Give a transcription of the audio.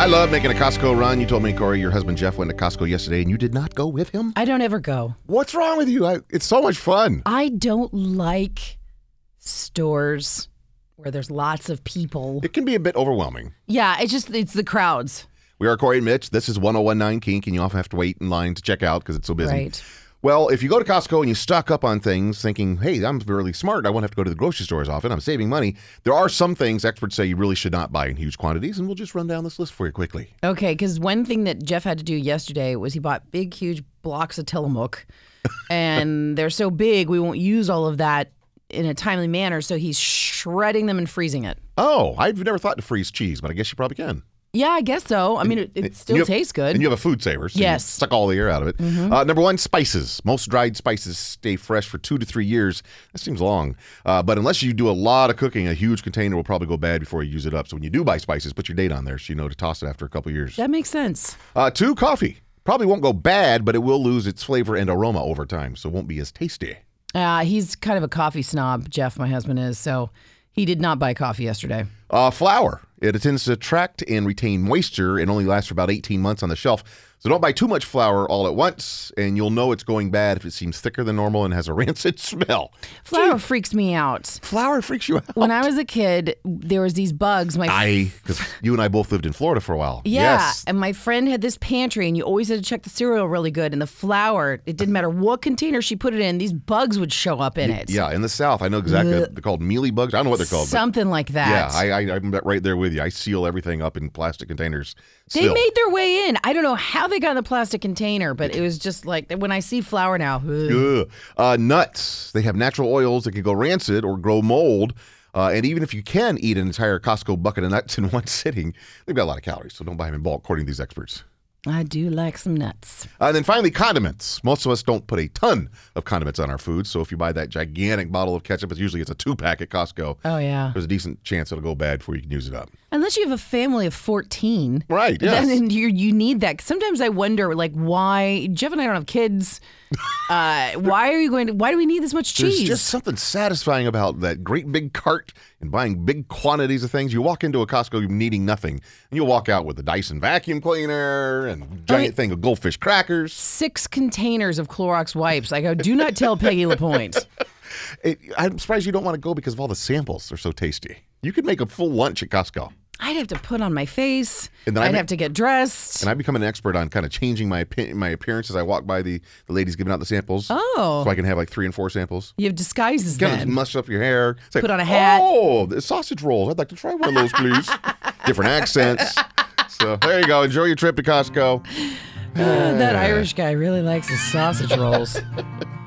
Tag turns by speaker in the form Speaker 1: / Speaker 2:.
Speaker 1: I love making a Costco run. You told me, Corey, your husband Jeff went to Costco yesterday and you did not go with him.
Speaker 2: I don't ever go.
Speaker 1: What's wrong with you? I, it's so much fun.
Speaker 2: I don't like stores where there's lots of people.
Speaker 1: It can be a bit overwhelming.
Speaker 2: Yeah, it's just it's the crowds.
Speaker 1: We are Corey and Mitch. This is 1019 Kink, and you often have to wait in line to check out because it's so busy.
Speaker 2: Right.
Speaker 1: Well, if you go to Costco and you stock up on things thinking, hey, I'm really smart. I won't have to go to the grocery store as often. I'm saving money. There are some things experts say you really should not buy in huge quantities, and we'll just run down this list for you quickly.
Speaker 2: Okay, because one thing that Jeff had to do yesterday was he bought big, huge blocks of Tillamook, and they're so big we won't use all of that in a timely manner. So he's shredding them and freezing it.
Speaker 1: Oh, I've never thought to freeze cheese, but I guess you probably can.
Speaker 2: Yeah, I guess so. I mean, it, it still
Speaker 1: you have-
Speaker 2: tastes good.
Speaker 1: And you have a food saver. So you
Speaker 2: Yes. Mm-hmm.
Speaker 1: suck all the air out of it. Uh, number one, spices. Most dried spices stay fresh for two to three years. That seems long. Uh, but unless you do a lot of cooking, a huge container will probably go bad before you use it up. So when you do buy spices, put your date on there so you know to toss it after a couple years.
Speaker 2: that makes sense.
Speaker 1: Uh, two, coffee. Probably won't go bad, but it will lose its flavor and aroma over time, so it won't be as tasty.
Speaker 2: Uh, he's kind of a coffee snob, Jeff, my husband is. So he did not buy coffee yesterday.
Speaker 1: Uh, flour. It tends to attract and retain moisture and only lasts for about 18 months on the shelf. So don't buy too much flour all at once, and you'll know it's going bad if it seems thicker than normal and has a rancid smell.
Speaker 2: Flour freaks me out.
Speaker 1: Flour freaks you out.
Speaker 2: When I was a kid, there was these bugs. My
Speaker 1: I, because you and I both lived in Florida for a while.
Speaker 2: Yeah,
Speaker 1: Yes.
Speaker 2: and my friend had this pantry, and you always had to check the cereal really good. And the flour, it didn't matter what container she put it in; these bugs would show up in it.
Speaker 1: Yeah, in the South. I know exactly. They're called mealy bugs. I don't know what they're called. but
Speaker 2: something like
Speaker 1: yeah,
Speaker 2: that.
Speaker 1: I, I, I'm right there with you. I seal everything up in plastic containers.
Speaker 2: they
Speaker 1: still.
Speaker 2: made their way in. I don't know how they got in the plastic container, but it was just like when I see flour now. ugh.
Speaker 1: Ugh. Uh, nuts. They have natural oils that can go rancid or grow mold. Uh, and even if you can eat an entire Costco bucket of nuts in one sitting, they've got a lot of calories, so don't buy them in bulk, according to these experts.
Speaker 2: I do like some nuts.
Speaker 1: Uh, and then finally, condiments. Most of us don't put a ton of condiments on our food, so if you buy that gigantic bottle of ketchup, it's usually it's a two pack at Costco.
Speaker 2: Oh yeah,
Speaker 1: There's a decent chance it'll go bad before you can use it up.
Speaker 2: unless you have a family of fourteen,
Speaker 1: Right? Yes.
Speaker 2: then you you need that. Sometimes I wonder, like, why Jeff and I don't have kids. Uh, why are you going to? Why do we need this much
Speaker 1: There's
Speaker 2: cheese?
Speaker 1: just something satisfying about that great big cart and buying big quantities of things. You walk into a Costco needing nothing, and you'll walk out with a Dyson vacuum cleaner and giant thing of goldfish crackers.
Speaker 2: six containers of Clorox wipes. I go, do not tell Peggy LaPointe.
Speaker 1: It, I'm surprised you don't want to go because of all the samples. They're so tasty. You could make a full lunch at Costco.
Speaker 2: I'd have to put on my face.
Speaker 1: And then I
Speaker 2: I'd
Speaker 1: ma-
Speaker 2: have to get dressed.
Speaker 1: And I become an expert on kind of changing my opi- my appearance as I walk by the, the ladies giving out the samples.
Speaker 2: Oh.
Speaker 1: So I can have like three and four samples.
Speaker 2: you have disguises
Speaker 1: Kind of
Speaker 2: then.
Speaker 1: mush up your hair. Say,
Speaker 2: Put on a hat.
Speaker 1: Oh, the sausage rolls. I'd like to try one of those, please. Different accents. So there you go. Enjoy your trip to Costco.
Speaker 2: that Irish guy really likes his sausage rolls.